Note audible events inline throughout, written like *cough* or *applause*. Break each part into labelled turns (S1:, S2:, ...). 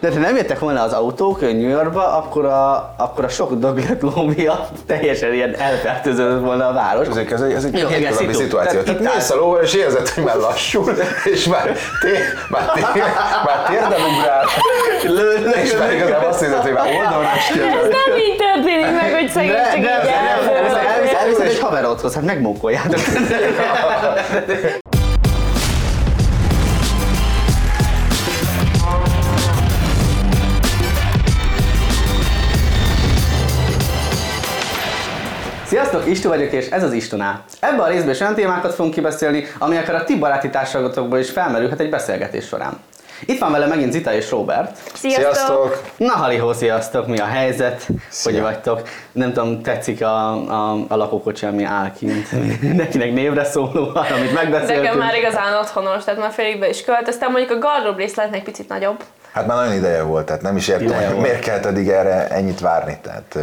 S1: De ha nem jöttek volna az autók New Yorkba, akkor a, akkor a sok döglött ló miatt teljesen ilyen elfertőzött volna a város.
S2: Ezek, ez egy, ez egy
S1: Jó, igen,
S2: hétköznapi
S1: szitu.
S2: szituáció.
S1: Tehát itt
S2: Tehát mész a lóval, és érzed, hogy már lassul, és már, té, már, té, már térdem ugrál, és már igazából azt érzed, hogy már oldalra is
S3: Ez
S2: kérdez.
S3: nem így történik meg, hogy szegény csak így elződik.
S1: Elviszed egy haverodhoz, hát megmunkoljátok. Sziasztok, Istu vagyok, és ez az Istuná. Ebben a részben is olyan témákat fogunk kibeszélni, ami akár a ti baráti társadalmatokból is felmerülhet egy beszélgetés során. Itt van velem megint Zita és Robert.
S3: Sziasztok!
S1: Na halihó, sziasztok, mi a helyzet?
S2: Szia.
S1: Hogy vagytok? Nem tudom, tetszik a, a, a lakókocsi, ami áll kint. Nekinek névre szólóan, amit megbeszéltünk.
S3: Nekem már igazán otthonos, tehát már félig be is költöztem, mondjuk a gardrób részletnek picit nagyobb.
S2: Hát már nagyon ideje volt, tehát nem is értem,
S1: Ideje
S2: hogy
S1: volt.
S2: miért kellett eddig erre ennyit várni. Tehát ö,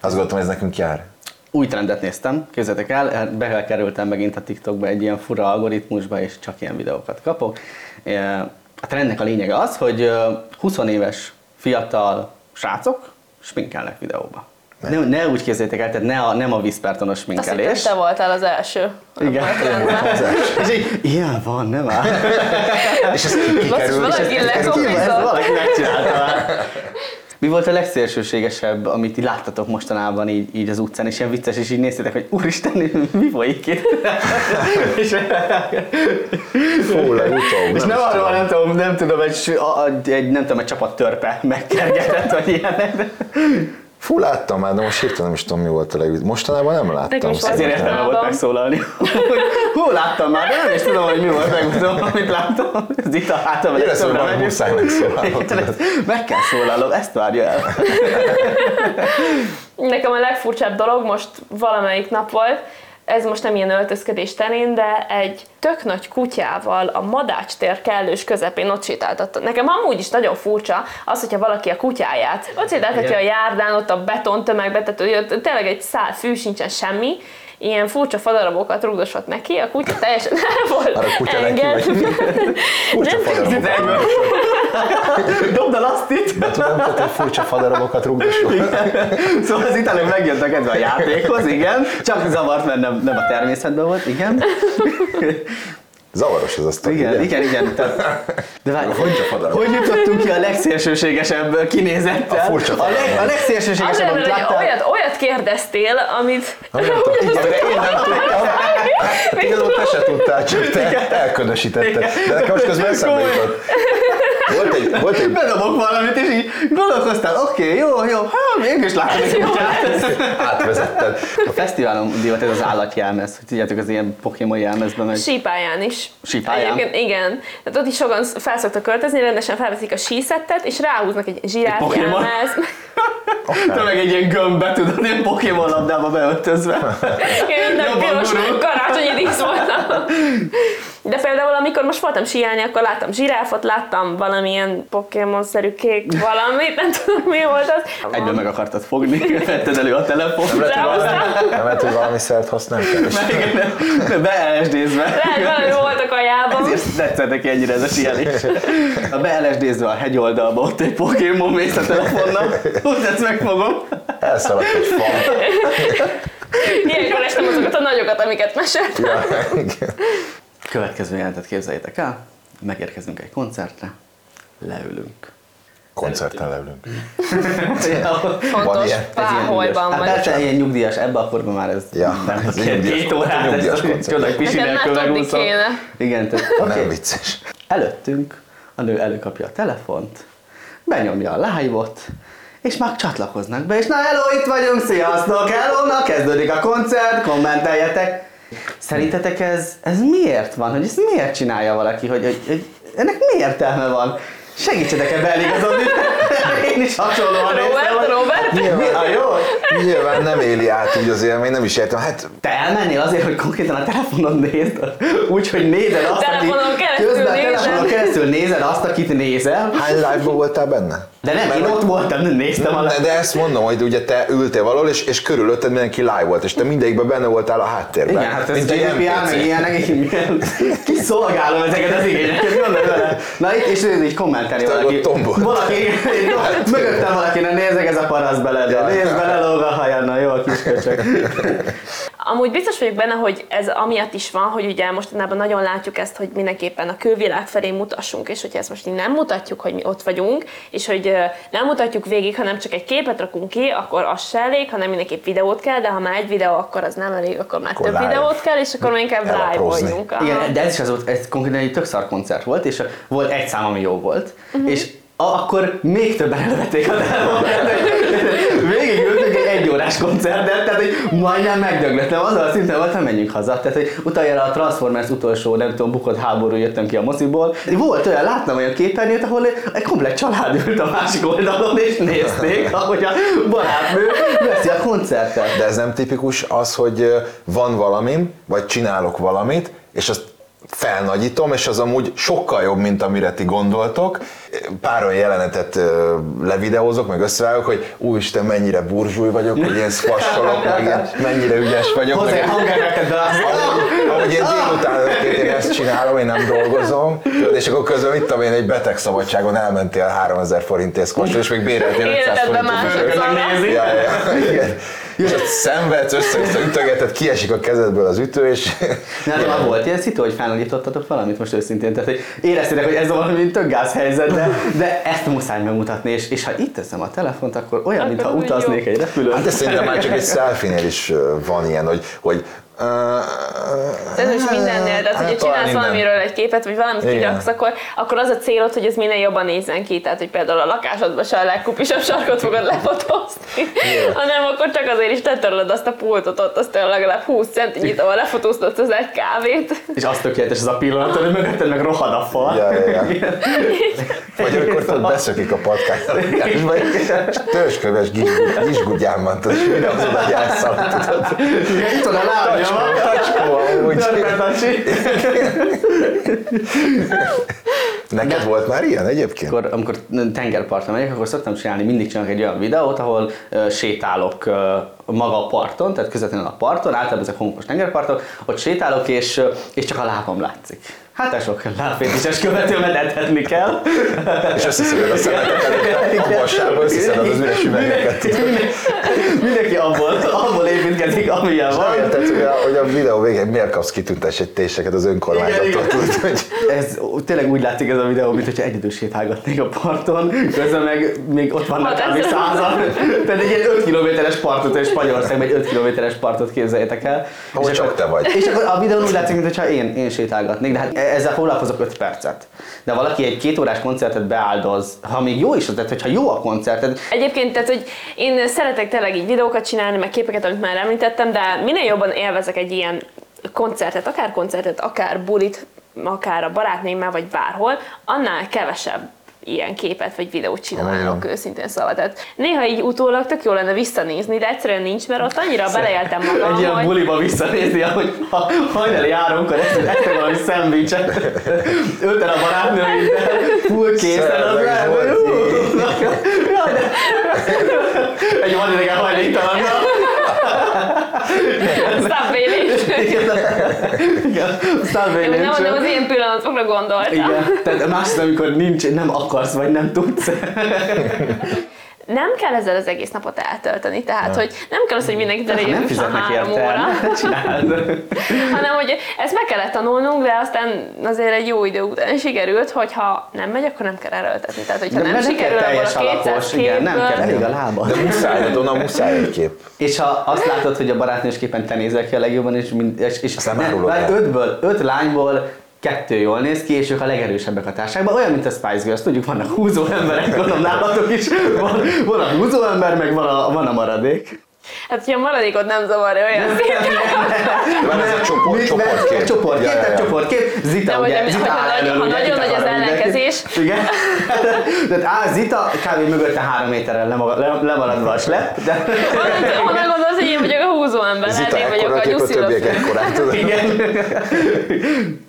S2: azt gondoltam, hogy ez nekünk jár.
S1: Új trendet néztem, képzeljétek el, hát bekerültem megint a TikTokba egy ilyen fura algoritmusba, és csak ilyen videókat kapok. Eh, A trendnek a lényege az, hogy eh, 20 éves fiatal srácok sminkelnek videóba. Ne, ne úgy képzeljétek el, tehát ne a, nem a vízpertonos
S3: Azt hittem,
S1: sminkelés.
S3: te voltál az első.
S1: Igen.
S3: Abban a trendben.
S1: *laughs* És így, ilyen van, nem áll?
S2: És ez ki-
S3: Basszus,
S2: kikerül, és ez
S3: valaki
S1: Ki van? Ezt
S3: lekopizott.
S1: valaki megcsinálta már. *laughs* Mi volt a legszélsőségesebb, amit így láttatok mostanában így, így az utcán, és ilyen vicces, és így néztétek, hogy úristen, mi folyik itt? *laughs* és,
S2: fú, legutóbb.
S1: és nem
S2: is
S1: arról,
S2: tudom.
S1: nem tudom, nem tudom, egy, a- a- egy, nem tudom, egy csapat törpe megkergetett, vagy ilyenek.
S2: Fú, láttam már, de most hirtelen nem is tudom, mi volt a legjobb. Mostanában nem
S3: Nekem
S2: láttam.
S3: is
S1: Ezért
S2: szerintem.
S1: értelme volt
S3: Állam.
S1: megszólalni. *laughs* Hú, láttam már, de nem is tudom, hogy mi volt legutóbb, amit láttam. *laughs* Ez itt a hátam.
S2: Érezd, hogy valami muszáj megszólalnod, tudod.
S1: Meg kell szólalnom, ezt várja el.
S3: Nekem a legfurcsább dolog most valamelyik nap volt, ez most nem ilyen öltözködés terén, de egy tök nagy kutyával a Madács tér kellős közepén ott sétáltatta. Nekem amúgy is nagyon furcsa az, hogyha valaki a kutyáját ott sétáltatja
S1: Igen.
S3: a járdán, ott a beton tömegbe, tehát hogy ott tényleg egy szál fű, sincsen semmi, ilyen furcsa fadarabokat rúgdosott neki, a kutya teljesen el volt
S2: Arra kutya neki
S3: engedve.
S2: vagy. Furcsa
S3: Nem-
S2: fadarabokat.
S1: Dobd el azt itt!
S2: Tudom, tehát hogy furcsa fadarabokat rúgdosol.
S1: Szóval az itt előbb megjött neked a játékhoz, igen. Csak zavart, mert nem, nem a természetben volt, igen.
S2: Zavaros ez a sztori,
S1: Igen,
S2: ugye?
S1: igen, igen. Tehát, de várj,
S2: Hogy a fadarab?
S1: hogy jutottunk ki a legszélsőségesebb kinézettel?
S2: A furcsa
S1: a, leg, a
S2: fadarab.
S1: legszélsőségesebb,
S3: Azért,
S1: amit
S3: hogy
S1: láttál.
S3: olyat, olyat kérdeztél, amit... *laughs*
S2: Amit a-
S3: Ugyanazt
S2: amire én nem
S3: *laughs*
S2: tudtam. Igazából te se tudtál, csak te elködösítetted. De nekem most közben eszembe
S1: Komolyan.
S2: jutott. Volt egy, volt egy
S1: Bedobok valamit, és így gondolkoztál, oké, jó, jó, hát mégis Hát látom egy
S3: jó.
S1: kutyát.
S2: átvezetted.
S1: A fesztiválon divat ez az állatjelmez, hogy tudjátok, az ilyen Pokémon jelmezben meg.
S3: Sípáján is.
S1: Sípáján?
S3: Egyébként igen. Tehát ott is sokan felszoktak költözni, rendesen felveszik a síszettet, és ráhúznak egy zsiráf
S1: Egy Pokémon? *laughs*
S3: jelmez.
S1: Te meg egy ilyen gömbbe, tudod, ilyen Pokémon labdába
S2: *laughs*
S1: beöltözve.
S3: Én minden
S1: Jobban
S3: piros
S1: gurul.
S3: karácsonyi dísz voltam. De például, amikor most voltam síelni, akkor láttam zsiráfot, láttam valamilyen Pokémon-szerű kék valamit, nem tudom mi volt az.
S1: Egyben meg akartad fogni, *laughs* vetted elő a telefont.
S2: Nem lehet, hogy
S3: Ráhoztál?
S2: valami- nem lehet, hogy valami szert használni kell. És
S1: Beelesdézve.
S3: Lehet, valami volt a kajában.
S1: Ezért tetszett neki ennyire ez a sielés. A beelesdézve a hegyoldalba, ott egy Pokémon mész a telefonnal. *laughs* Úgy ezt megfogom.
S2: Elszaladt egy fa.
S3: Ilyenkor estem azokat a nagyokat, amiket mesélt.
S2: Ja, igen.
S1: Következő jelentet képzeljétek el. Megérkezünk egy koncertre.
S2: *laughs*
S1: Leülünk.
S2: Koncerten leülünk.
S3: Fontos
S2: ilyen. Ez
S1: ilyen
S3: páholyban
S1: nyugdíjas.
S3: vagy.
S1: Hát persze, ilyen nyugdíjas, ebbe a korban már ez
S2: Ja,
S1: nem
S2: ez
S1: kell
S2: nyugdíjas
S1: két
S2: koncert,
S1: órát,
S2: nyugdíjas
S1: ezt
S2: koncert.
S1: tőleg
S3: Nekem
S1: pisinel
S3: már tudni
S1: kövegúszom.
S3: kéne.
S1: Igen, tehát
S2: Nem
S1: oké.
S2: vicces.
S1: Előttünk a nő előkapja a telefont, benyomja a live-ot, és már csatlakoznak be, és na hello, itt vagyunk, sziasztok, hello, na kezdődik a koncert, kommenteljetek. Szerintetek ez, ez miért van? Hogy ezt miért csinálja valaki? Hogy, hogy, hogy ennek mi értelme van? Segítsetek ebben
S3: *laughs*
S1: eligazodni. Én is hasonlóan néztem,
S3: Robert,
S1: hogy-
S3: Robert.
S1: Mi a jó?
S2: Nyilván nem éli át úgy az élmény, nem is értem. Hát
S1: Te elmennél azért, hogy konkrétan a telefonod nézd, úgyhogy nézed azt,
S3: Telefonon keresztül keresztül
S1: Közben a telefonon
S3: nézed.
S1: keresztül nézed azt, akit nézel.
S2: Hány live-ban voltál benne?
S1: De nem,
S2: Mert
S1: én
S2: hogy-
S1: ott voltam, nem néztem a
S2: de, de ezt mondom, hogy ugye te ültél valahol, és, és körülötted mindenki live volt, és te mindegyikben benne voltál a háttérben.
S1: Igen, hát ez
S2: Mint egy
S1: GDPR,
S2: NPC.
S1: meg ilyenek, milyen kiszolgálom ezeket az igényeket, gondolj bele. Na itt, és nézd, így kommentelni
S2: Te
S1: valaki.
S2: ott tombol. Hát,
S1: Valaki, mögöttem valaki, nem nézzek, ez a paraszt bele, de
S2: Ja.
S1: nézd, belelóg a haja, na jó a kisköcsök.
S3: Amúgy biztos vagyok benne, hogy ez amiatt is van, hogy ugye mostanában nagyon látjuk ezt, hogy mindenképpen a külvilág felé mutassunk, és hogyha ezt most így nem mutatjuk, hogy mi ott vagyunk, és hogy ö, nem mutatjuk végig, hanem csak egy képet rakunk ki, akkor az se elég, hanem mindenképp videót kell, de ha már egy videó, akkor az nem elég, akkor már
S2: Akkor
S3: több
S2: live.
S3: videót kell, és akkor már inkább live
S2: Elaprózni.
S3: vagyunk.
S1: Igen, de ez is az volt, ez konkrétan egy tök szar koncert volt, és volt egy szám, ami jó volt, és a, akkor még többen elvették a telefonot. *laughs* Végig ültünk egy egyórás koncertet, tehát hogy majdnem megdöglöttem, azzal a szinten voltam, menjünk haza. Tehát, hogy utaljára a Transformers utolsó, nem tudom, bukott háború jöttem ki a moziból. Volt olyan, láttam olyan képernyőt, ahol egy komplet család ült a másik oldalon, és nézték, ahogy a barátnő veszi a koncertet.
S2: De ez nem tipikus az, hogy ö, van valamim, vagy csinálok valamit, és azt felnagyítom, és az amúgy sokkal jobb, mint amire ti gondoltok. Pár olyan jelenetet ö, levideózok, meg összevágok, hogy úristen, mennyire burzsúj vagyok, hogy ilyen szpassolok, meg ilyen, mennyire ügyes vagyok.
S1: Hozzá
S2: meg-
S1: hangereket
S2: ahogy, ahogy én délután ötként én ezt csinálom, én nem dolgozom, tudod, és akkor közben mit tudom én, egy beteg szabadságon elmentél 3000 forintért kocsra, és még béreltél 500
S3: Életedben
S2: forintot.
S3: másodszor.
S1: megnézi.
S2: Ja, ja, ja, igen. És ott szenvedsz, össze-vissza ütögeted, kiesik a kezedből az ütő, és...
S1: Nálam már volt ilyen szitu, hogy felnagyítottatok valamit most őszintén, tehát hogy éreztétek, hogy ez valami tök gáz helyzet, de, de ezt muszáj megmutatni, és, és ha itt teszem a telefont, akkor olyan,
S3: Akkor
S1: mintha
S3: úgy jó.
S1: utaznék egy repülőn.
S2: Hát ez szerintem már csak egy selfie is ö, van ilyen, hogy, hogy ö,
S3: De ez is mindennél, tehát
S2: hát talán
S3: hogyha csinálsz
S2: innen.
S3: valamiről egy képet, vagy valamit
S2: Igen.
S3: kiraksz, akkor, akkor az a célod, hogy ez minél jobban nézzen ki, tehát hogy például a lakásodban se a legkupisabb sarkot fogod lefotózni, hanem akkor csak azért is tetörölöd azt a pultot ott, azt olyan legalább 20 centinyit, ahol lefotóztad az egy kávét.
S1: És az tökéletes az a pillanat, hogy mögötted meg rohad a fal.
S2: Ja, ja, ja. Vagy amikor tudod, beszökik a patkány a lakásba, és törzsköves gizsgu- gizsgugyán van, tudod, és mire az oda hogy elszaladt, tudod.
S1: Igen, Itt van a lábja, van.
S2: Tacskó, amúgy.
S1: Törped a csí.
S2: Neked volt már ilyen egyébként?
S1: Amikor, amikor tengerpartra megyek, akkor szoktam csinálni, mindig csinálok egy olyan videót, ahol ö, sétálok ö, maga a parton, tehát közvetlenül a parton, általában ezek honkos tengerpartok, ott sétálok, és, ö, és csak a lábam látszik. Hát ez sok lábfétises követőmet etetni kell.
S2: És összeszeded a szemetet, a
S1: *laughs*
S2: vasárba összeszeded az üres üvegeket.
S1: Mindenki- Mindenki abból, abból építkezik, amilyen van.
S2: Olyan tetszett, Szóval hogy a- hogy a videó végén miért kapsz kitüntettéseket az önkormányzattól,
S1: Igen, igen.
S2: tudod, hogy
S1: Ez ó, tényleg úgy látszik ez a videó, mint hogyha egyedül sétálgatnék a parton, közben meg még ott vannak
S3: Hát
S1: kb.
S3: ez-
S1: százan. Tehát egy ilyen 5 kilométeres partot, és Spanyolországban egy 5 kilométeres partot képzeljétek el.
S2: Ahol
S1: És
S2: csak
S1: akkor-
S2: te vagy.
S1: És akkor a videón úgy látszik, mintha én, én sétálgatnék, de hát e- ezzel foglalkozok 5 percet. De valaki egy két órás koncertet beáldoz, ha még jó is, az, tehát hogyha jó a koncerted,
S3: Egyébként, tehát, hogy én szeretek tényleg így videókat csinálni, meg képeket, amit már említettem, de minél jobban élvezek egy ilyen koncertet, akár koncertet, akár bulit, akár a barátnőmmel, vagy bárhol, annál kevesebb ilyen képet vagy videót csinálok,
S2: Komolyan.
S3: őszintén szóval. Tehát néha így utólag tök jó lenne visszanézni, de egyszerűen nincs, mert ott annyira beleéltem
S1: egy
S3: magam,
S1: ilyen
S3: *laughs* hogy
S1: buliba visszanézni, ahogy ha hajnali háromkor ezt ettem valami szendvicset, öten a barátnő minden, full készen az
S2: Szerelmes
S1: lehet,
S2: volt,
S1: hogy hú,
S2: így.
S1: na, jaj, de- egy van idegen hajléktalan.
S3: szabvélés.
S1: Igen, igen, aztán még
S3: Nem
S1: nincs.
S3: mondom, az ilyen pillanatokra gondoltam.
S1: Igen, tehát másrészt, amikor nincs, nem akarsz, vagy nem tudsz.
S3: nem kell ezzel az egész napot eltölteni, tehát hogy nem kell az, hogy mindenki
S1: Ha nem
S3: derüljön
S1: fizetnek
S3: három
S1: érte, hát
S3: óra,
S1: ne csináld.
S3: hanem hogy ezt meg kellett tanulnunk, de aztán azért egy jó idő után sikerült, hogy ha nem megy, akkor nem kell erőltetni. Tehát, hogyha
S1: De
S3: nem
S1: mert neked
S3: sikerül, akkor
S1: teljes
S3: a 200
S1: alapos, igen, nem
S3: képből-
S1: kell elég a lába.
S2: De muszáj, de onnan muszáj egy kép.
S1: És ha azt látod, hogy a barátnős képen te nézel ki a legjobban, és, mind, és, és
S2: Aztán árulod
S1: várj,
S2: el.
S1: ötből, öt lányból kettő jól néz ki, és ők a legerősebbek a társágban, olyan, mint a Spice Girls, tudjuk, vannak húzó emberek, gondolom nálatok is, van, van a húzó ember, meg van a, van a maradék.
S3: Hát, hogyha a maradékot nem zavarja olyan szinten.
S2: Van ez a csoport,
S1: Mit-
S2: csoportkép.
S1: Egy csoportkép,
S2: Ja, ja,
S1: tehát
S2: ja.
S1: csoportkép. Zita,
S3: De hogy
S1: ugye,
S3: ami-
S1: Zita
S3: hogyha
S1: áll
S3: nagy-
S1: elől,
S3: ha
S1: ugye,
S3: nagyon
S1: Zita
S3: nagy az
S1: arra mindenki.
S3: ellenkezés.
S1: Igen. *laughs* Tehát áll Zita, kb. mögötte három méterrel lemaga- le- lemaradva a slep, de
S3: Honnan gondolsz, hogy én vagyok a húzó ember? Hát
S2: Zita
S3: én vagyok
S2: ekkora,
S3: a
S2: akik a
S3: nyusziló.
S2: többiek ekkorát. tudod.
S1: igen.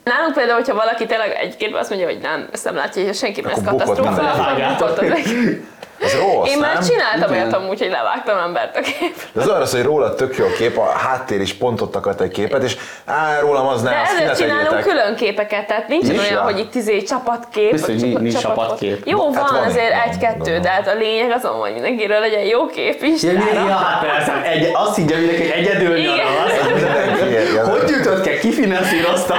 S3: Nálunk például, hogyha valaki tényleg egyébként azt mondja, hogy nem, ezt nem látja, hogy senki, mert ez
S2: Akkor bukott
S3: katasztrófa,
S2: nem
S3: akkor
S1: vágjátok.
S3: bukott az egész.
S2: Ez rossz,
S3: Én már
S2: nem?
S3: csináltam
S1: Igen.
S3: olyat amúgy, hogy levágtam embert a képre.
S2: De az arra szól, hogy róla tök jó kép, a háttér is pont ott akart egy képet, és á, rólam az
S3: De
S2: nem, azt ne
S3: előtt csinálunk
S2: tegyétek.
S3: külön képeket, tehát nincs
S2: Nincs
S3: olyan,
S2: rá.
S3: hogy itt izé csapatkép.
S1: Biztos, hogy
S3: vagy
S1: nincs- nincs
S3: csapatfot-
S1: csapatkép.
S3: Jó,
S2: Hát
S3: van
S2: van,
S3: azért
S2: van,
S3: egy-kettő,
S2: van.
S3: de hát a lényeg az, hogy mindenkiről legyen jó kép is.
S1: Ja,
S3: tehát-
S1: mindenki, ja, hát persze, egy, azt higgye mindenki, hogy egyedül
S3: Igen.
S1: nyaral.
S2: Mindenki érjen.
S1: Hogy jutott ki, ki finanszírozta?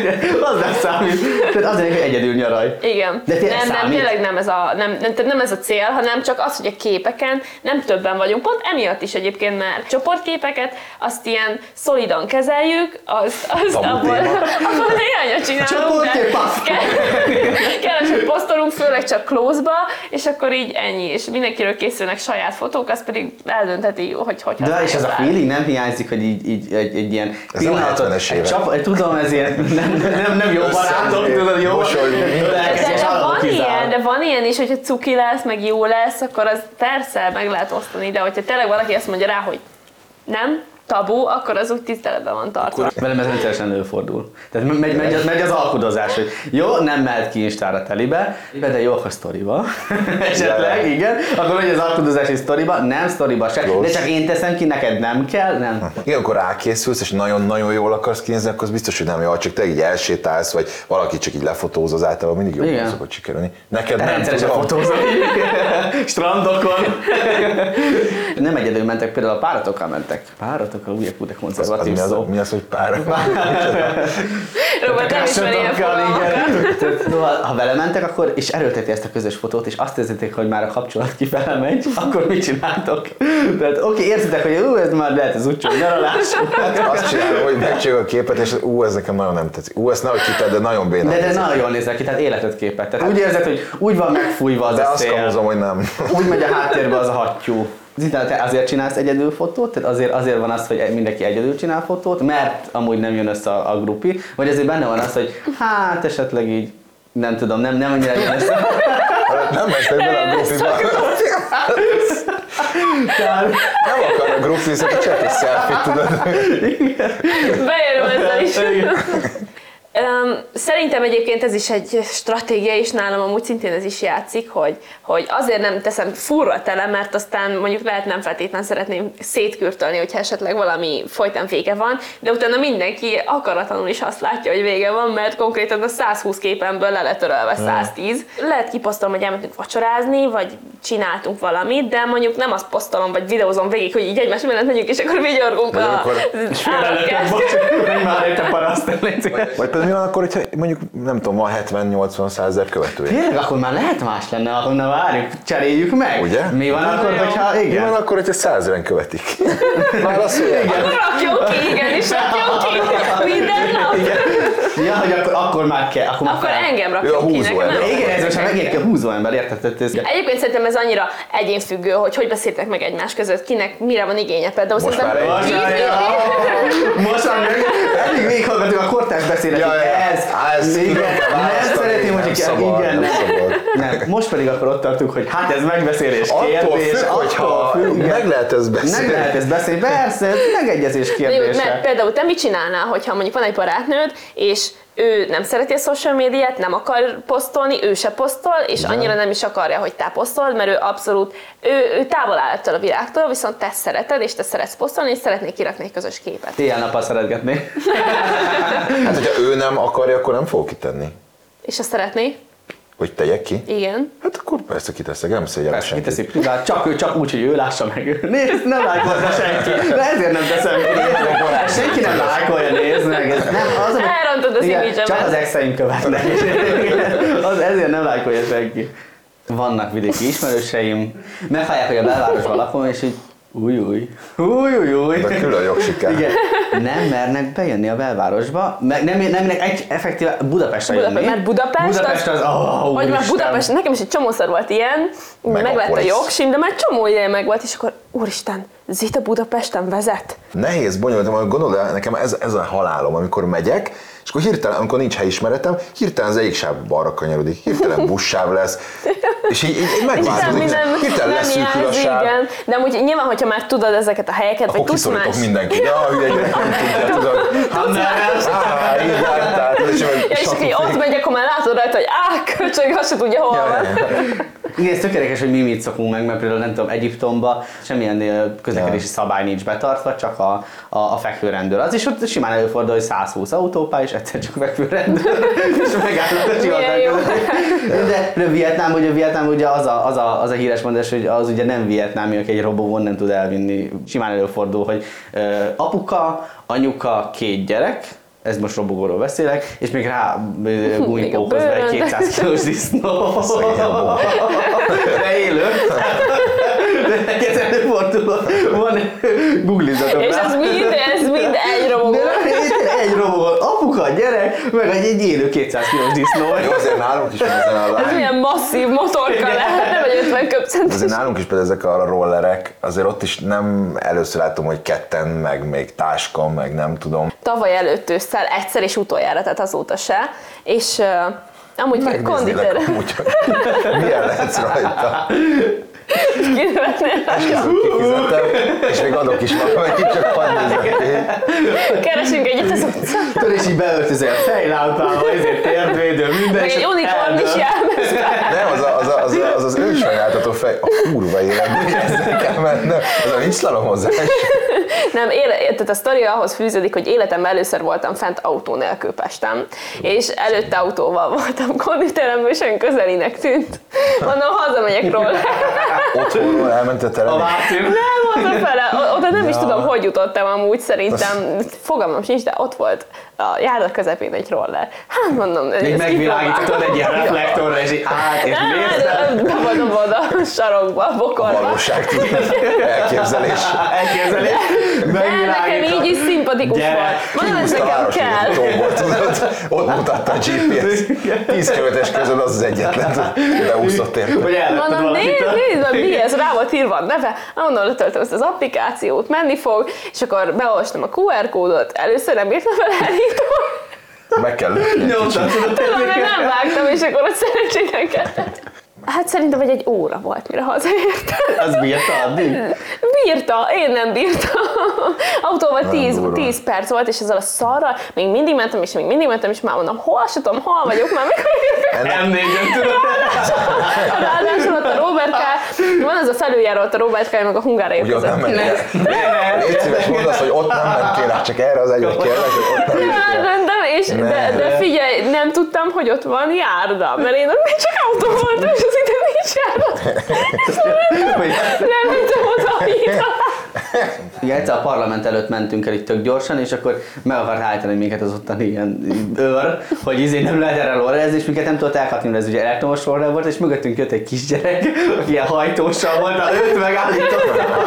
S1: *laughs* az nem számít. Tehát az lényeg, hogy egyedül nyaralj.
S3: Igen.
S1: De tényleg
S3: nem, nem,
S1: számít?
S3: tényleg nem ez, a, nem, nem, tehát nem ez a cél, hanem csak az, hogy a képeken nem többen vagyunk. Pont emiatt is egyébként már csoportképeket, azt ilyen szolidan kezeljük, azt, azt
S2: Tabu
S3: abból,
S2: téma.
S3: *laughs* abból néhányat csinálunk. de
S1: Csoportkép, paf!
S3: ke- Keveset posztolunk, főleg csak close-ba, és akkor így ennyi. És mindenkiről készülnek saját fotók, az pedig eldöntheti, hogy hogy
S1: De és ez a
S3: használják.
S1: feeling nem hiányzik, hogy így, így egy, egy ilyen
S2: Ez nem a 70-es
S1: egy
S2: évek.
S1: csap, egy, tudom, ezért nem, nem, nem jó
S2: Össze-
S1: barátok, tudod, jó
S2: mosoly, minden.
S3: De,
S1: lelkes,
S3: de,
S1: és
S3: van
S1: alapok
S3: ilyen,
S1: kizár.
S3: de van ilyen is, hogyha cuki lesz, meg jó lesz, akkor az persze meg lehet osztani, de hogyha tényleg valaki azt mondja rá, hogy nem, tabu, akkor az úgy tiszteletben van tartva.
S1: Velem ez rendszeresen előfordul. Tehát megy, megy, megy, az- megy az alkudozás, hogy jó, nem mehet ki Instára telibe, de jó, akkor sztoriba. Esetleg, igen. Akkor megy az alkudozás és sztoriba, nem sztoriba se. De
S2: Rossz.
S1: csak én teszem ki, neked nem kell, nem.
S2: Igen, akkor rákészülsz, és nagyon-nagyon jól akarsz kinézni, akkor az biztos, hogy nem jó, csak te így elsétálsz, vagy valaki csak így lefotóz az általában, mindig
S1: Igen.
S2: jobban szokott sikerülni. Neked nem
S1: Rendszeresen
S2: tudom.
S1: fotózom.
S2: *laughs*
S1: Strandokon. nem egyedül mentek, például a páratokkal mentek. Páratokkal, ugye, de
S2: Az, az,
S1: konzervatív
S2: mi, az,
S1: szó.
S2: mi az, hogy pár?
S1: *laughs*
S3: Robert nem ismeri ilyen fogalmakat.
S1: Szóval, ha vele mentek, akkor és erőlteti ezt a közös fotót, és azt érzitek, hogy már a kapcsolat kifele megy, akkor mit csináltok? Tehát oké, értitek, hogy ú, ez már lehet az úgycsó nyaralás.
S2: Azt csinálom, hogy megcsinálok a képet, és ú, ez nekem nagyon nem tetszik. Ú, ezt nehogy kitedd, de nagyon bénán.
S1: De, de
S2: nézel
S1: nagyon jól nézel ki, tehát életet képet. Tehát úgy érzed, hogy úgy van megfújva az
S2: ki. de
S1: a
S2: azt
S1: szél.
S2: kamuzom, hogy
S1: *laughs*
S2: nem.
S1: Úgy megy a háttérbe az a hattyú. Zita, te azért csinálsz egyedül fotót? Tehát azért, azért van az, hogy mindenki egyedül csinál fotót, mert amúgy nem jön össze a, a grupi, vagy azért benne van az, hogy hát esetleg így nem tudom, nem, nem annyira jön össze.
S2: Nem mentek bele a grupiba.
S1: Tehát-
S2: Nem akar a grupi, csak csak egy selfie, tudod.
S3: Beérem ezzel is. Öm, szerintem egyébként ez is egy stratégia, és nálam amúgy szintén ez is játszik, hogy, hogy azért nem teszem furra tele, mert aztán mondjuk lehet nem feltétlen szeretném szétkürtölni, hogyha esetleg valami folytán vége van, de utána mindenki akaratlanul is azt látja, hogy vége van, mert konkrétan a 120 képemből le lett törölve 110. Lehet kiposztolom, hogy elmentünk vacsorázni, vagy csináltunk valamit, de mondjuk nem azt posztolom, vagy videózom végig, hogy így egymás mellett megyünk, és akkor vigyorgunk
S2: De
S3: a
S2: akkor-
S1: És félreletem, bocs, menj már érte parasztán, légy szíves.
S2: Vagy például mi van akkor, hogyha mondjuk, nem tudom, van 70-80 százer követője.
S1: Tényleg akkor már lehet más lenne, akkor na várjuk, cseréljük meg.
S2: Ugye?
S1: Mi van akkor, hogyha
S2: Mi van
S1: igen?
S2: akkor, hogyha százeren követik? Már azt mondják,
S3: Akkor rakjon ki, igen, és rakjon ki minden nap.
S1: Igen. Ja, hogy akkor, akkor már kell, akkor már
S3: Akkor
S1: fel.
S3: engem
S2: Ő a
S3: rakjon ki,
S2: húzó
S3: nekem
S2: ember.
S3: nem.
S1: Igen, ez most már megint kell húzó ember, érted? Tehát ez-
S3: Egyébként szerintem ez annyira egyénfüggő, hogy hogy beszéltek meg egymás között, kinek mire van igénye például.
S2: Most
S3: szerintem-
S2: már egy-
S1: Most már- Most már meg, eddig végighallgatjuk a kortárs beszédet,
S2: Ja,
S1: hogy
S2: ja.
S1: ez,
S2: Á, ezt
S1: igen,
S2: tudom
S1: nem
S2: választani,
S1: szeretném, hogy
S2: nem
S1: igen,
S2: szabad,
S1: igen,
S2: nem szabad.
S1: nem. Most pedig akkor ott tartunk, hogy hát ez megbeszélés
S2: Attól
S1: kérdés,
S2: függ, hogyha
S1: függ, igen.
S2: meg lehet ezt beszélni.
S1: Meg lehet ezt beszélni, persze, ez megegyezés
S3: Na jó, mert
S1: kérdése.
S3: például te mit csinálnál, hogyha mondjuk van egy barátnőd, és ő nem szereti a social médiát, nem akar posztolni, ő se posztol, és annyira nem is akarja, hogy te posztol, mert ő abszolút, ő, ő távol áll ettől a világtól, viszont te szereted, és te szeretsz posztolni, és szeretnék kirakni egy közös képet.
S1: Éjjel-nappal szeretgetnék.
S2: Hát, hogyha ő nem akarja, akkor nem fog kitenni.
S3: És azt szeretné?
S2: Hogy tegyek ki?
S3: Igen.
S2: Hát akkor persze kiteszek, nem szégyellem
S1: Persze,
S2: senkit.
S1: kiteszi privát, csak ő, csak úgy, hogy ő lássa meg. ő. Nézd, nem lájkolja senki. De ezért nem teszem ki. Nézd, akkor Senki nem lájkolja, nézd meg. Ez nem, az, amit-
S3: Elrontod az
S1: Igen,
S3: imidzsemet.
S1: Csak az exeim követnek. *laughs* az ezért nem lájkolja senki. Vannak vidéki ismerőseim, meghallják, hogy a belvárosban lakom, és így Új, új. Új, új, új.
S2: De külön jogsiker.
S1: Igen. Nem mernek bejönni a belvárosba, meg nem, nem mernek egy effektíve Budapestre
S3: Budapest-
S1: jönni.
S3: mert Budapest az-
S1: Budapest az, oh,
S3: Hogy már
S1: úristen.
S3: Budapest, nekem is egy csomószor volt ilyen,
S2: Meg
S3: meg lett a
S2: Apolis.
S3: jogsim, de már csomó ilyen meg volt, és akkor úristen, Zita Budapesten vezet?
S2: Nehéz, bonyolult, mert gondolod el, nekem ez, ez a halálom, amikor megyek, és akkor hirtelen, amikor nincs helyismeretem, hirtelen az egyik sáv balra kanyarodik, hirtelen buszsáv lesz, és így, így, így
S3: Hirtelen
S2: megváltozik,
S3: minden
S2: hirtelen
S3: nem
S2: leszűkül a
S3: jelzi,
S2: sáv,
S3: igen. De úgy nyilván, hogyha már tudod ezeket a helyeket, vagy
S2: akkor
S3: tudsz
S2: kiszorítok
S3: más.
S2: mindenkit, de a hülye gyerek nem
S3: *laughs*
S2: tudja, tudod,
S1: Hammer.
S2: Á, így jártál, tudod, és akkor
S3: Ja, és
S2: satú
S3: aki ott
S2: fék.
S3: megy, akkor már látod rajta, hogy á, köcsög, azt se tudja, hol
S2: Ja,
S3: van.
S2: ja, ja.
S1: Igen, ez tök érdekes, hogy mi mit szokunk meg, mert például nem tudom, Egyiptomba semmilyen ö, közlekedési
S2: Ja.
S1: szabály nincs betartva, csak a, a, a fekvőrendőr. Az is ott simán előfordul, hogy 120 autópá, és egyszer csak
S3: *laughs*
S1: fekvőrendőr, és megáll a
S3: Milyen jó.
S1: sivatag. De, de Vietnám, ugye Vietnám ugye az a, az, a, az a híres mondás, hogy az ugye nem vietnámi, aki egy robogón nem tud elvinni. Simán előfordul, hogy ö, apuka, anyuka, két gyerek, ez most robogóról beszélek, és még rá
S3: *laughs*
S1: ö, gumipókhoz be egy
S3: bőrön.
S1: 200 kilós disznó.
S2: Szegény robogó.
S1: De élő. De neked előfordul, van googlizatok
S3: És
S1: rá.
S3: ez mind, ez mind egy
S1: De
S3: robogó.
S1: nem, egy- egy robogó, apuka, gyerek, meg egy, egy élő 200 kilós
S2: Jó,
S1: disznó.
S2: azért nálunk is van ezen a
S3: Ez
S2: lány.
S3: milyen masszív motorka lehetne, vagy 50 köbcentis.
S2: Azért nálunk is például ezek a rollerek, azért ott is nem először látom, hogy ketten, meg még táska, meg nem tudom.
S3: Tavaly előtt ősszel egyszer és utoljára, tehát azóta se. És ö, amúgy konditer. *laughs*
S2: Megnéznélek amúgy, hogy *laughs* milyen lehetsz rajta. Esküszöm, kifizetem, és még adok is valamit, csak hadd
S3: Keresünk egyet az utcán.
S1: Tudod, és így beöltözöl fejlámpával, ezért térdvédő, minden.
S3: Meg
S1: és
S3: egy unikorn is
S1: eldől.
S3: jelmez.
S2: Nem, az a, az, a, az, a, az, az ősajnáltató fej, a kurva életben, hogy ezt nekem mennem. Az a nincs lalomozás.
S3: Nem, éle, tehát a sztori ahhoz fűződik, hogy életemben először voltam fent autó nélkül Pesten, és előtte autóval voltam konditeremben, és olyan közelinek tűnt. Mondom, hazamegyek róla.
S2: Otthonról elment a
S1: A
S2: terem.
S1: Máté.
S3: Nem, hazafele. O- Oda nem is tudom, hogy jutottam amúgy, szerintem fogalmam sincs, de ott volt a járda közepén egy roller. Hát mondom, ez
S1: Még megvilágítottad egy ilyen reflektorra, és így állt, és nézd.
S3: Be vagyom oda a sarokba, a bokorba.
S2: Valóság elképzelés.
S1: Elképzelés.
S3: Nem, nekem így is szimpatikus
S1: Gyere,
S3: volt. Mondom, ez
S2: Kihúzta a
S3: nekem
S2: város
S3: kell.
S2: tombolt, tudod? Ott mutatta a GPS. 10 kilométeres közül az az egyetlen, leúszott érte.
S1: Hogy ellökted
S3: Mondom,
S1: valakit.
S3: nézd, nézd, meg, mi ez, rá volt írva a neve. Mondom, letöltöm ezt az applikációt, menni fog, és akkor beolvastam a QR kódot, először nem írtam el elhívtam,
S2: *laughs* Meg kell lökni.
S1: Nyomtad, tudod,
S3: tudom, de nem vágtam, és akkor ott szerencsétlen kellett. Hát szerintem vagy egy óra volt, mire hazaértem.
S1: Az bírta addig?
S3: Bírta, én nem bírtam. Autóval
S2: Nagyon
S3: 10,
S2: durva.
S3: 10 perc volt, és ezzel a szarral még mindig mentem, és még mindig mentem, és már mondom, hol se tudom, hol vagyok, már mikor jövök.
S1: Nem négyem, tudod?
S3: Ráadásul ott a Robert K. Van az a felüljárót a Robert K. meg a hungára
S2: Ugye ott nem
S3: érkezett.
S2: mentél. Légy szíves, mondd azt, hogy ott nem mentél rá, csak erre az egyre kérlek, hogy ott nem mentél. rá.
S3: Elmentem, és de, de, figyelj, nem tudtam, hogy ott van járda, mert én ott még csak autó voltam, és az itt nincs járda. Nem mentem oda, amit
S1: Igen, egyszer a parlament előtt mentünk el itt tök gyorsan, és akkor meg akart állítani minket az ottani ilyen őr, hogy izé nem lehet erre lorrezni, és minket nem tudott elkapni, mert ez ugye elektromos lorre volt, és mögöttünk jött egy kisgyerek, aki ilyen hajtóssal volt, na őt megállította.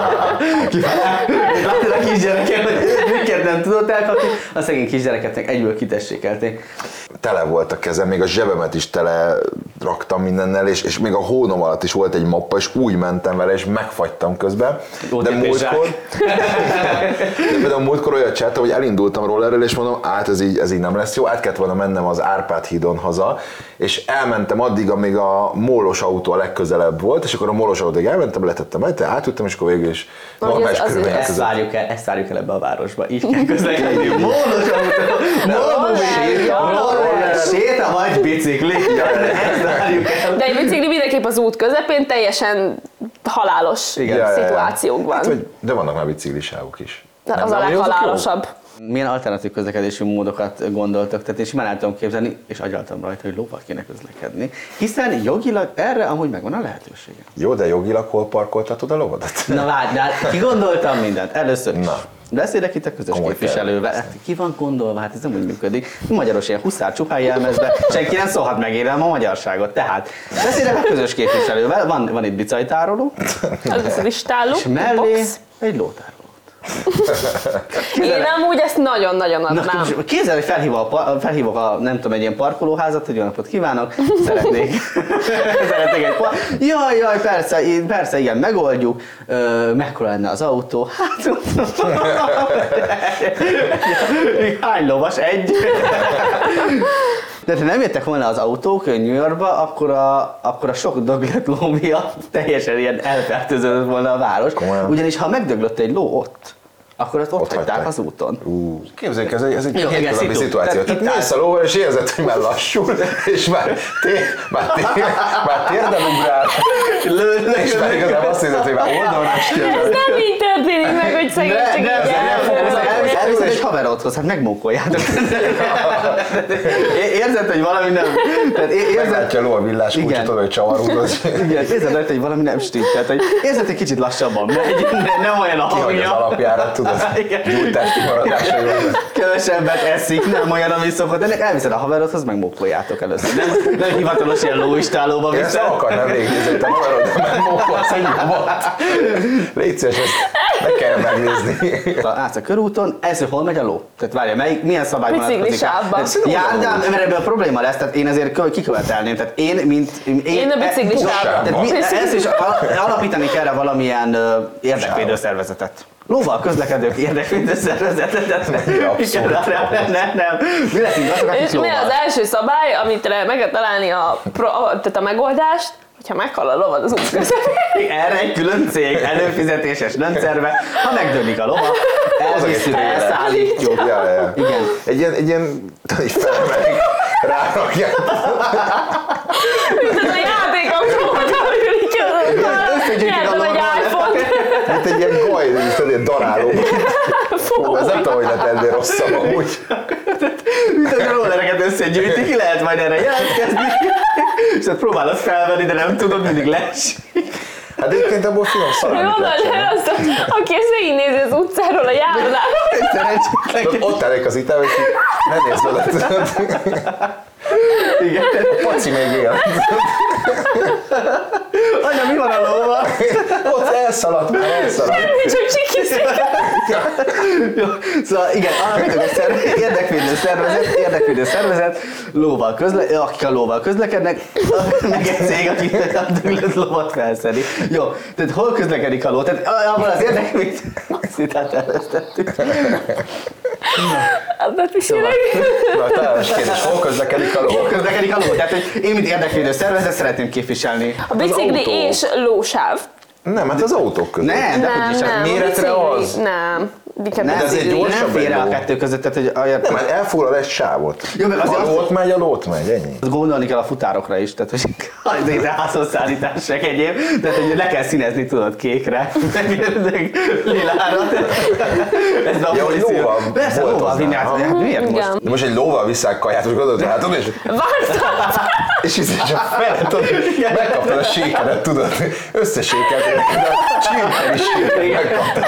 S1: Kifelé, láttad a kisgyereket, hogy őt minket nem tudott elkapni, a szegény kisgyereketnek egyből kitessékelték.
S2: Tele volt a kezem, még a zsebemet is tele raktam mindennel, és, és még a hónom alatt is volt egy mappa, és úgy mentem vele, és megfagytam közben. De
S1: OTP zsák.
S2: múltkor, De például múltkor olyat csináltam, hogy elindultam rollerről, és mondom, át ez így, ez így nem lesz jó, át kellett volna mennem az Árpád hídon haza, és elmentem addig, amíg a mólos autó a legközelebb volt, és akkor a mólos autóig elmentem, letettem el, átültem, és akkor végül is
S3: Ahogy
S2: normális
S3: az- az-
S2: körülmények
S1: Ezt
S2: között.
S1: várjuk el, ezt várjuk el ebbe a városba. Így kell *laughs* közlekedni. Módos autó, módos
S3: Roller,
S1: roller, séta vagy bicikli. Ezt várjuk el.
S3: De egy bicikli mindenképp az út közepén teljesen halálos
S2: Ja, ja, ja.
S3: szituációkban.
S2: Hát, hogy, de vannak már biciklisávok is.
S3: De
S2: Nem,
S3: az
S2: nem,
S3: a
S2: hogy azok jók?
S3: leghalálosabb.
S1: Milyen alternatív közlekedési módokat gondoltok? Tehát én simán el tudom képzelni, és agyaltam rajta, hogy lóval kéne közlekedni. Hiszen jogilag erre amúgy megvan a lehetősége.
S2: Jó, de jogilag hol parkoltatod a lovadat?
S1: Na várj, de hát kigondoltam mindent. Először is.
S2: Na.
S1: Beszélek itt a közös
S2: Komoly
S1: képviselővel. Hát ki van gondolva? Hát ez nem úgy működik. Magyaros ilyen huszár csupán jelmezve. Senki nem szólhat meg érem a magyarságot. Tehát beszélek a közös képviselővel. Van, van itt bicajtároló.
S2: *laughs*
S3: Az viszont is táluk,
S1: És mellé
S3: box.
S1: Egy lótárolót.
S3: Én amúgy ezt nagyon-nagyon adnám.
S1: Na, képzel, hogy felhívom a, pa- felhívok a, nem tudom, egy ilyen parkolóházat, hogy jó napot kívánok, *laughs* szeretnék, szeretnék egy par... Jaj, jaj, persze, i- persze, igen, megoldjuk. Ö, mekkora lenne az autó? Hát, *laughs* nem tudom. hány lovas? Egy. De ha nem jöttek volna az autók New Yorkba, akkor a, akkor a sok döglött ló miatt teljesen ilyen elfertőzött volna a város.
S2: Komolyan.
S1: Ugyanis ha megdöglött egy ló ott, akkor azt ott, ott hagyták
S2: hagyták.
S1: az úton.
S2: Ú, képzeljük, ez egy, ez egy
S1: Jó, igen,
S2: hétköznapi
S1: szitu.
S2: szituáció.
S1: Tehát itt
S2: Tehát mész a lóval, és érzed, hogy már lassul, és már, té, már, té, már térdem ugrál, és már igazából azt érzed, hogy már oldalon is
S3: Ez
S2: térdem.
S3: nem így történik meg, hogy szegény csak így elfoglalkozik.
S1: Elviszed egy haverodhoz, hát megmunkoljátok. É- Érzed, hogy valami nem... Tehát é-
S2: Meglátja a
S1: érzed,
S2: ló a villás kulcsot,
S1: Igen.
S2: tudod, hogy csavarúdoz.
S1: igen, érzed rajta, hogy valami nem stimmel. Tehát, hogy érzed, hogy kicsit lassabban megy, ne- nem olyan a
S2: Kihagy az
S1: hangja.
S2: alapjára, tudod,
S1: *laughs* Igen.
S2: gyújtás kimaradása. jó lesz.
S1: Kevesebbet eszik, nem olyan, ami szokott. Ennek elviszed a haverodhoz, megmunkoljátok először. Nem, nem hivatalos ilyen lóistálóba
S2: Én ezt nem
S1: viszed.
S2: akarnám végignézni, te marad, de már mókolsz egy nyomot. Légy szíves, ezt meg kell megnézni.
S1: Átsz Szóval a körúton, ez hol megy a ló? Tehát várja, melyik, milyen szabály
S3: Bicikli sávban. Szerintem
S1: Járdám, mert ebből a probléma lesz, tehát én ezért kö- kikövetelném. Tehát én, mint... Én,
S3: Én a bicikli
S1: e-
S3: sávban.
S1: Tehát mi,
S3: Bicikli
S1: ez is al- alapítani kell valamilyen ö, érdekvédő szervezetet. Lóval közlekedők érdekvédő szervezetet. *laughs*
S2: abszolút.
S1: nem, nem, nem. Mi leszünk azok, akik
S3: És mi az
S1: lóval?
S3: első szabály, amit meg kell találni a, pro, a- tehát a megoldást, hogyha meghal a lovad az út közepén.
S1: Erre egy külön cég, előfizetéses rendszerbe, ha megdőlik a
S3: *laughs*
S1: lova, elviszük,
S2: egész tényleg.
S1: elszállítjuk.
S2: Ja, ja, ja.
S1: Igen.
S2: Egy ilyen, egy ilyen, így felmerik, rárakják.
S3: Ez a játék, amikor ül ki az
S1: összegyűjtik a
S3: Nyertem egy
S1: lovakat.
S3: iPhone-t.
S2: Mint egy ilyen gaj, így tudod, ilyen daráló. Ez nem tudom, hogy lehet ennél rosszabb amúgy.
S1: Mint hogy a rollereket összegyűjti, ki lehet majd erre jelentkezni. És ott próbálod felvenni, de nem tudod, mindig lesz.
S2: Hát egyébként abból finom
S3: Hogy
S2: szalám.
S3: Gondolj el azt, aki ezt végignézi az utcáról a járdáról. *laughs*
S1: Szerencsétlen.
S2: Ott elég az itel, hogy így ne nézd oda. tudod.
S1: Igen.
S2: Paci még él.
S1: Anya, mi van a lóval?
S2: Ott elszaladt, már elszaladt.
S3: Csak csikiszik.
S1: Jó. Szóval igen, alapítok egy szerv- érdekvédő szervezet, érdekvédő szervezet, lóval közle- akik a lóval közlekednek, meg egy cég, aki a döglött lovat felszedi. Jó, tehát hol közlekedik a ló? Tehát abban az érdekvédő... Azt hittem, elvesztettük.
S3: Hát is
S1: Szóval.
S2: Na, találás kérdés, hol közlekedik a ló?
S1: Hol közlekedik a ló? Tehát, hogy én, mint érdekvédő szervezet, szeretném képviselni.
S3: A bicikli
S2: autó.
S3: és lósáv.
S2: Nem, hát az autók között.
S1: Nem, de hogy is, hát
S3: a
S1: méretre
S3: bicikli-
S2: az?
S3: Nem. Inkább
S1: nem,
S2: de ez egy
S1: így
S3: bicikli.
S2: gyors-
S1: nem
S2: gyorsabb
S1: fér
S2: egy
S1: el a
S2: ló.
S1: kettő között, tehát hogy a,
S2: Nem, hát elfoglal egy sávot.
S1: Jó, meg azért
S2: a
S1: azt-
S2: lót megy, a lót megy, ennyi.
S1: azt gondolni kell a futárokra is, tehát hogy *laughs* az ide házhozszállítás se egyéb, tehát hogy le kell színezni tudod kékre, *laughs* meg- meg lilára. tehát Ez a
S2: Ja, hogy
S1: policia.
S2: lóval
S1: Persze,
S2: volt
S1: lóval
S2: az
S1: vinni, hát
S2: nálam.
S1: hát miért most?
S3: Igen.
S2: De most egy lóval visszák kaját, és gondolod, látod, és,
S3: Vártam!
S2: és így és a felet, tudod, megkaptad a sékedet, tudod, összesékelt, csirke is megkaptad.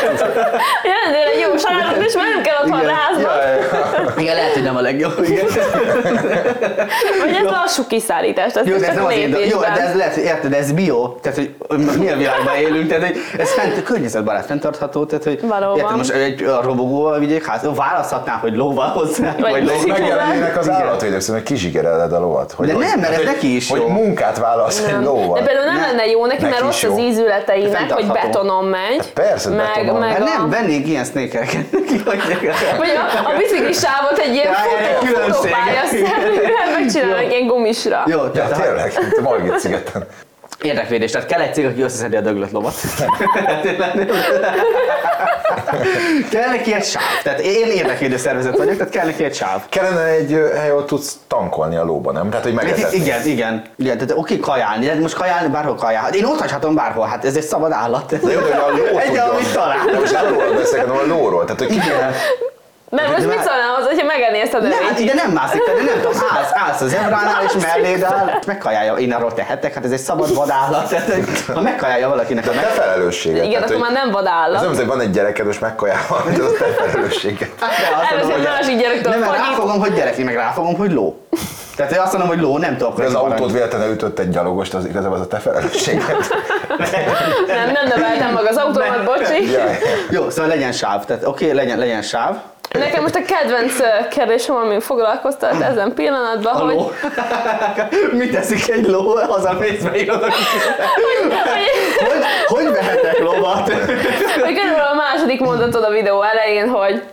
S3: Jelentél egy jó sárot, és már nem kell otthon
S1: Igen.
S3: ráznod,
S2: Jaj, jaj.
S1: Igen, lehet, hogy nem a legjobb. Igen.
S3: vagy ez lassú kiszállítás, ez
S1: Jó, de ez
S3: csak
S1: nem az én Jó, de ez
S3: lépésben.
S1: lehet, hogy érted, ez bio, tehát hogy milyen világban élünk, tehát hogy ez fent, környezetbarát fenntartható, tehát hogy
S3: Valóban.
S1: érted, most egy a robogóval vigyék, hát választhatnám, hogy lóval hozzá, vagy,
S3: Vagy
S1: vagy lóval.
S3: biciklivel.
S2: Megjelennének az állatvédők, szóval kizsigereled a lovat. Hogy,
S1: De
S2: hogy-
S1: nem, mert ez
S2: hogy-
S1: neki is
S2: Hogy
S1: jó.
S2: munkát válasz egy
S3: De
S2: lóval.
S3: például nem
S1: Ne-
S3: lenne jó neki,
S2: neki
S3: mert
S2: is
S3: ott az
S2: jó.
S3: ízületeinek, hogy
S1: Fenntartható.
S3: betonon megy.
S2: persze,
S3: meg,
S2: betonon.
S3: meg
S1: Hát nem,
S3: a,
S1: vennék ilyen snékereket *laughs* neki, hogy
S3: vagy a, a biciklisávot egy ilyen
S1: Ja, ja, ja,
S3: futó,
S1: különbség. *laughs*
S3: futópálya szerűen megcsinálnak ilyen gumisra.
S1: Jó,
S2: Ja,
S1: tehát ja,
S2: tényleg, mint a Margit szigeten.
S1: érdekvédés, tehát kell egy cég, aki összeszedi a döglött
S2: *laughs*
S1: lovat. kell neki egy sáv, tehát én érdekvédő szervezet vagyok, tehát kell neki egy sáv.
S2: Kellene egy ö, hely, ahol tudsz tankolni a lóba, nem? Tehát, hogy megetetni.
S1: Igen, igen, igen, tehát oké kajálni, de most kajálni bárhol kajál. Hát én ott hagyhatom bárhol, hát ez egy szabad állat. Ez
S2: Jó, de hogy a ló
S1: egy,
S2: tudjon.
S1: amit talál.
S2: Most nem róla beszélek, hanem a lóról. Tehát, hogy ki kéne
S3: Mert most
S1: De
S3: mit
S1: már-
S3: szólnál hozzá, hogyha megenni ezt a
S1: Nem, hát
S3: növényt?
S1: ide nem mászik, tehát nem tudom, állsz, állsz az ebránál és melléd áll, és megkajálja, én arról tehetek, hát ez egy szabad vadállat, tehát hogy ha megkajálja valakinek a
S2: te
S1: meg...
S2: felelősséget.
S3: Igen,
S2: tehát,
S3: akkor már
S2: hogy-
S3: nem
S2: Az nem,
S3: vadállat.
S2: hogy van egy gyereked, és megkajával, mint az a te felelősséget.
S1: Hát ne, azt mondom,
S3: Elveszed
S1: hogy-
S3: másik gyerektől
S1: Nem, mert
S3: fagyit.
S1: ráfogom, hogy gyerek, én meg ráfogom, hogy ló. Tehát én azt mondom, hogy ló, nem tudok.
S2: De az
S1: neki
S2: autót
S1: varagni.
S2: véletlenül ütött egy gyalogost, az igazából az a te felelősséged.
S3: Nem, nem neveltem meg az autómat,
S2: *laughs*
S3: bocsi.
S2: Jaj.
S1: *laughs* Jó, szóval legyen sáv. Tehát oké, legyen, legyen sáv.
S3: Nekem most a kedvenc ö, kérdésem, ami foglalkoztat ezen pillanatban,
S1: A
S3: hogy,
S1: ló. *laughs* Mit teszik egy ló? Hazamész, beírod
S3: hogy,
S1: hogy, hogy vehetek lovat?
S3: hogy körülbelül a második mondatod a videó elején, hogy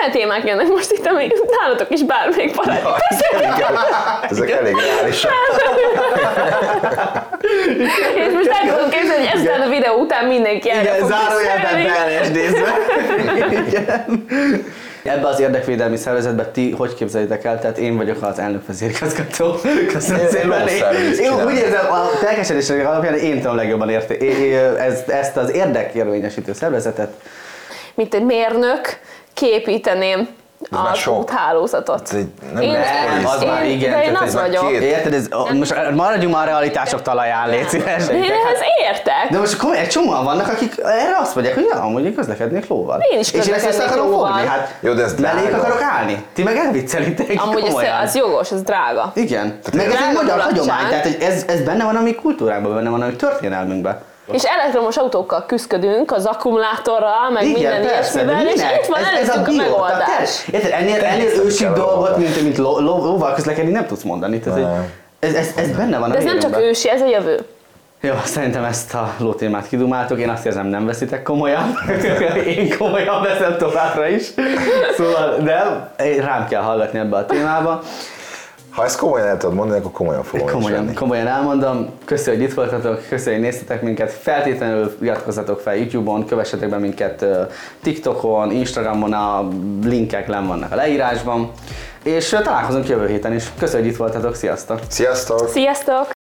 S3: olyan témák jönnek most itt, ami nálatok is bármelyik barát.
S2: Igen, ezek elég reálisak.
S3: És most el tudom képzelni, hogy ezután a videó után mindenki erre
S1: Igen,
S3: fog
S1: zárójelben
S3: beszélni.
S1: beállás nézve. Igen. Ebbe az érdekvédelmi szervezetbe ti hogy képzeljétek el? Tehát én vagyok az elnök vezérigazgató. Köszönöm
S2: Én-
S1: szépen.
S2: én lószervizt
S1: Én
S2: csinálom.
S1: úgy érzem, a telkesedések alapján én tudom legjobban érte, é- é- ezt, ezt az érdekérvényesítő szervezetet.
S3: Mint egy mérnök képíteném
S2: már
S3: a
S2: sok.
S3: hálózatot.
S2: Ez egy- nem lehet
S1: Nem, az
S2: polisz.
S1: már igen,
S3: de én
S1: tehát
S3: az
S1: ez már
S3: vagyok.
S2: két-
S1: Érted, ez, most maradjunk már a realitások talaján, légy szíves.
S3: De én ehhez értek.
S1: De most komolyan egy csomóan vannak, akik erre azt mondják, hogy ja, amúgy én közlekednék lóval.
S3: Én
S1: És
S3: is
S1: én ezt össze
S3: közlekednék
S1: akarom
S3: lóval.
S1: fogni, hát
S2: Jó, de ez
S1: mellék
S2: drága.
S1: akarok állni. Ti meg elviccelitek.
S3: Amúgy ez,
S1: komolyan.
S3: az jogos, ez drága.
S1: Igen.
S2: Hát
S1: Meg ez
S3: drága
S1: egy magyar
S3: mulatság.
S1: hagyomány, tehát hogy ez, ez benne van a mi kultúránkban, benne van a mi történelmünkben.
S3: És elektromos autókkal küzdködünk, az akkumulátorral, meg minden ilyesmivel, és
S1: minek?
S3: itt van előttünk a
S1: bio, tehát
S3: megoldás.
S1: te- Érted, ennél, ennél
S2: Teljesen
S1: ősibb
S2: kell a
S1: dolgot,
S2: megoldás.
S1: mint, mint ló- ló- lóval közlekedni nem tudsz mondani. Tehát, hogy
S2: Nem.
S1: ez, ez, ez benne van a
S3: De ez nem csak
S1: vérünkben.
S3: ősi, ez a jövő.
S1: Jó, szerintem ezt a ló témát kidumáltuk, én azt érzem nem veszitek komolyan, *laughs* én komolyan veszem továbbra is, szóval de rám kell hallgatni ebbe a témába.
S2: Ha ezt komolyan el tudod mondani, akkor komolyan fogom én is
S1: Komolyan,
S2: venni.
S1: komolyan elmondom, köszönöm, hogy itt voltatok, köszönöm, hogy néztetek minket, feltétlenül iratkozzatok fel YouTube-on, kövessetek be minket ö, TikTokon, Instagramon, a linkek len vannak a leírásban, és ö, találkozunk jövő héten is. Köszönöm, hogy itt voltatok, sziasztok!
S2: Sziasztok!
S3: Sziasztok!